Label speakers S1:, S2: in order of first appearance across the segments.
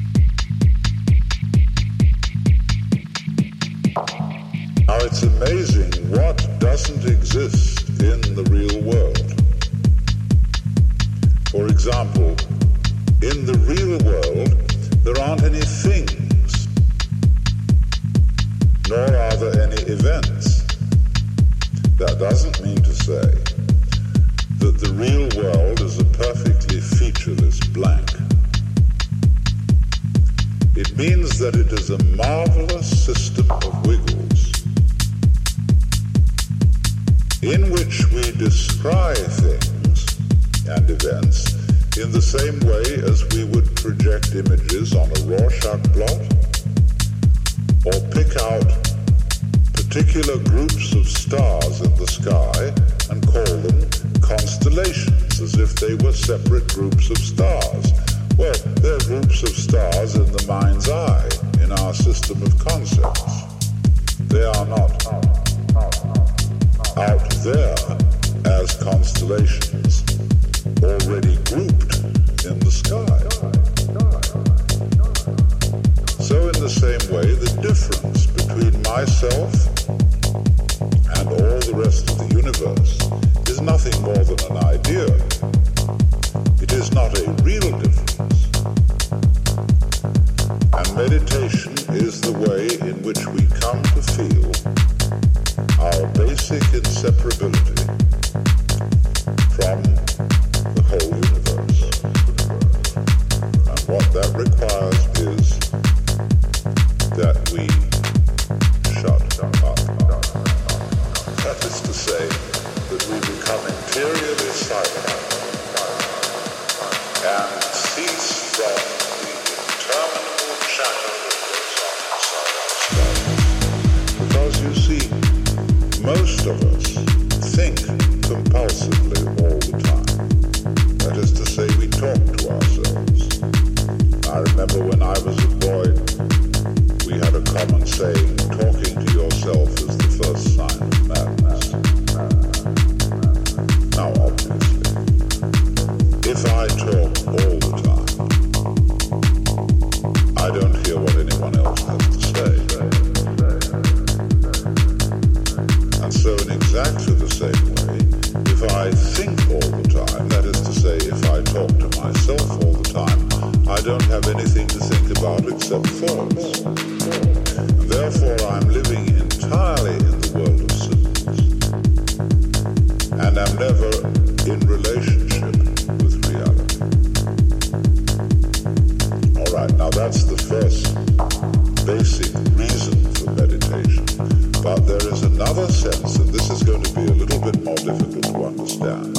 S1: Ah, example, in the real world, there aren't any things, nor are there any events. That doesn't mean to say that the real world is a perfectly featureless blank. It means that it is a marvelous system of wiggles in which we describe things and events in the same way as we would project images on a Rorschach plot or pick out particular groups of stars in the sky and call them constellations as if they were separate groups of stars. Well, they're groups of stars in the mind's eye in our system of concepts. They are not out there as constellations already grouped in the sky. So, in the same way, the difference between myself and all the rest of the universe is nothing more than an idea. It is not a real difference. And meditation is the way in which we come to feel our basic inseparability from the whole universe. And what that requires is that we shut up. That is to say, that we become interiorly silent and cease from the interminable chatter that goes on inside ourselves. Because you see, most of us think compulsively all the time. That is to say, we talk to ourselves. I remember when I was a boy, we had a common saying, talking to yourself is the first sign of madness. Now, obviously, if I talk all the time, I don't hear what anyone else has to say. And so in exactly the same way, if I think all the time, that is to say, if I talk to myself all the time, I don't have anything to think about except thoughts. And therefore, I'm living entirely in the world of symbols. And I'm never in relationship with reality. All right, now that's the first basic reason for meditation. But there is another sense, and this is going to be a little bit more difficult to understand,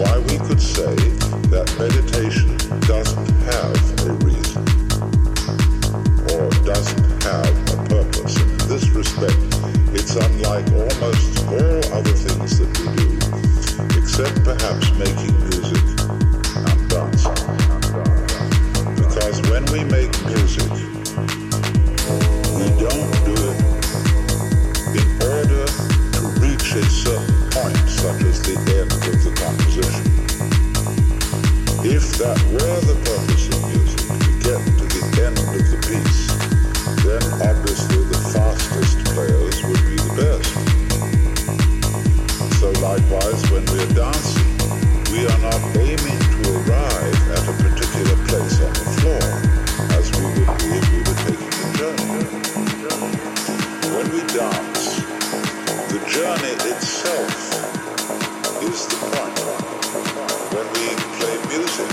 S1: why we could say that meditation doesn't have a reason or doesn't have a purpose. In this respect, it's unlike almost all other things that we do, except perhaps making music and dancing. Because when we make music, we don't do it in order to reach a certain point, such as the end of the composition. If that were the purpose of music, to get to the end of the piece, then obviously the fastest players would be the best. So likewise, when we're dancing, we are not aiming to arrive at a particular place on the floor, as we would be if we were taking a journey. When we dance, the journey itself is the point. When we play music,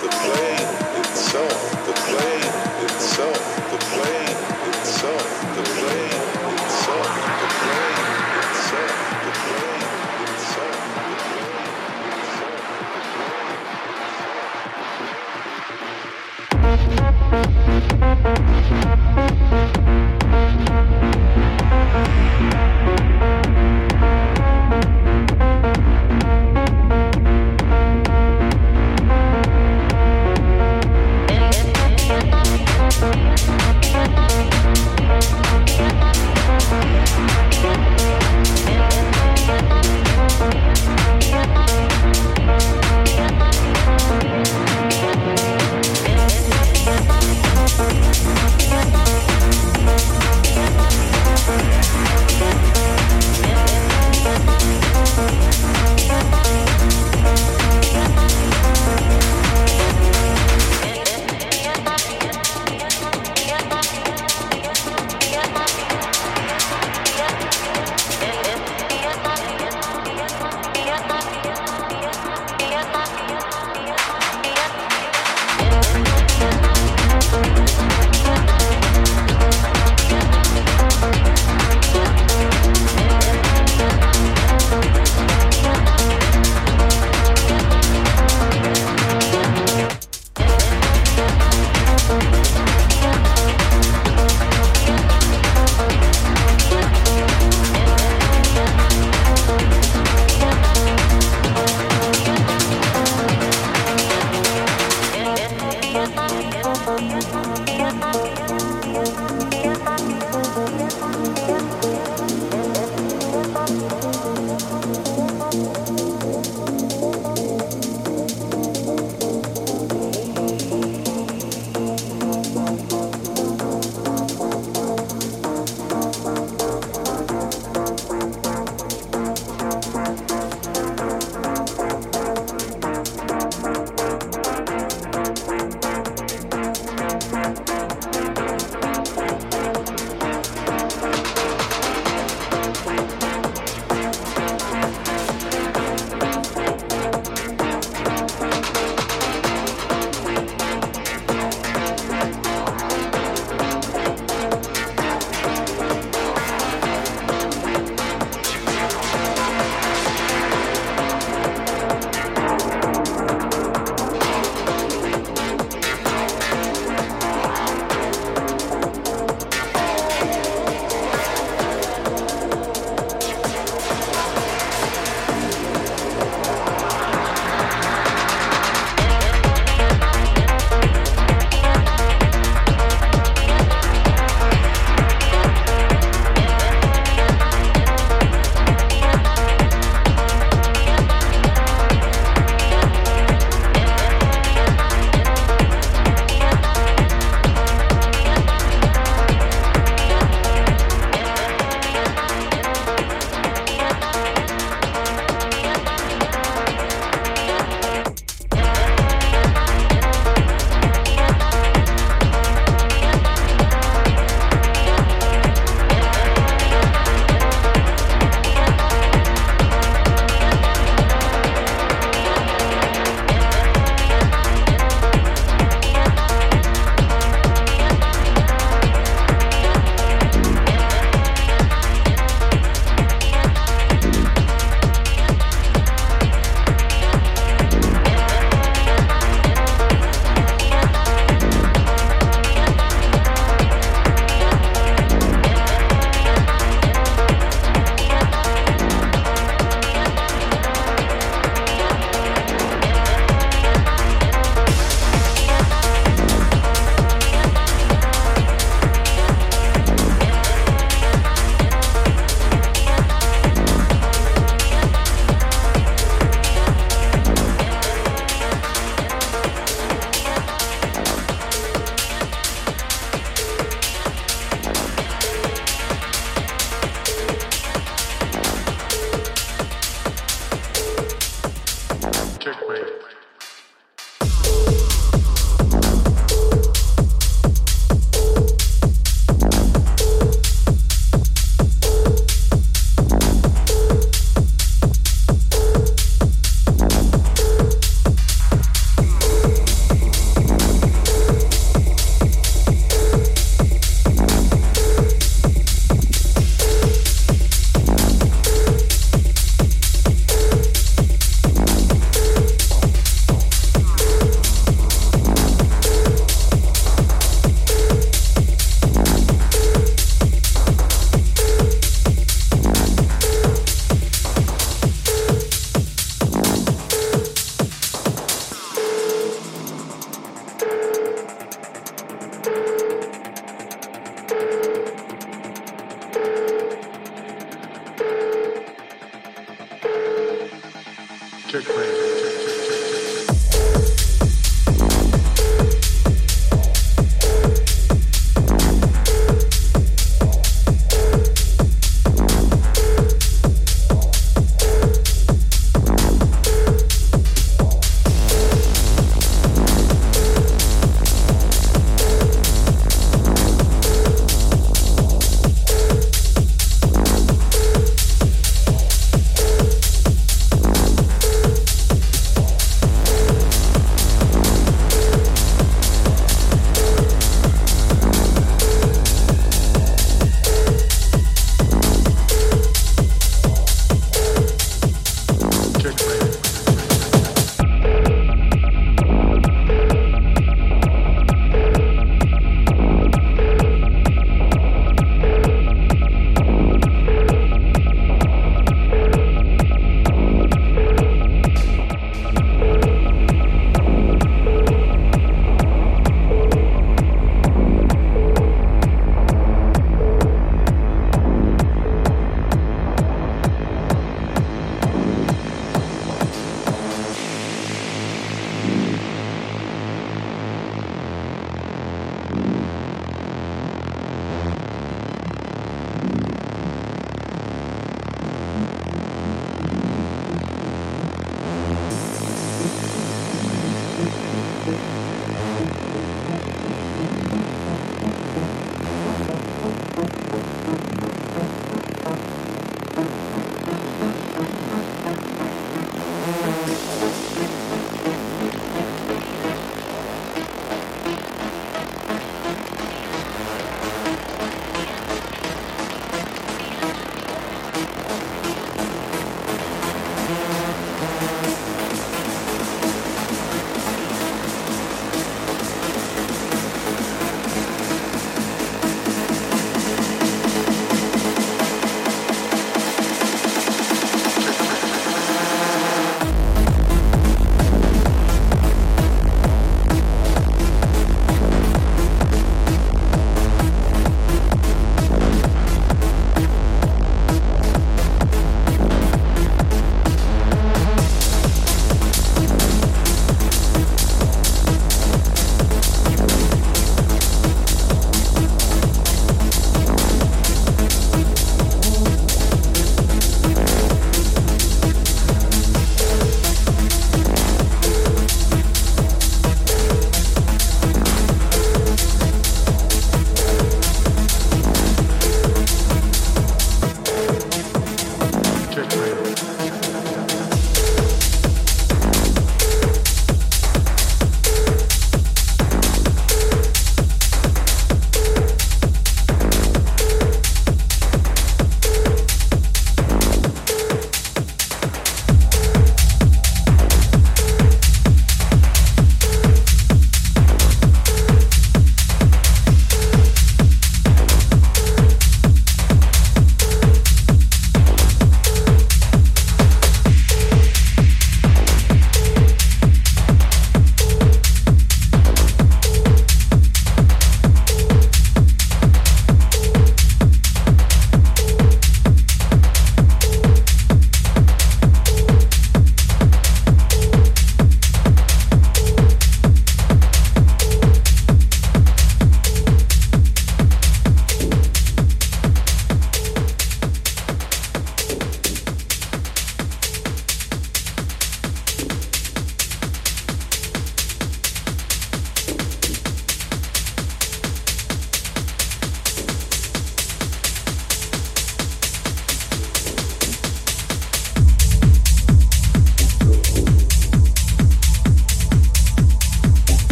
S1: the playing itself, the playing itself, the playing itself, the playing itself, the playing itself, the playing itself, the playing itself.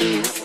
S2: is.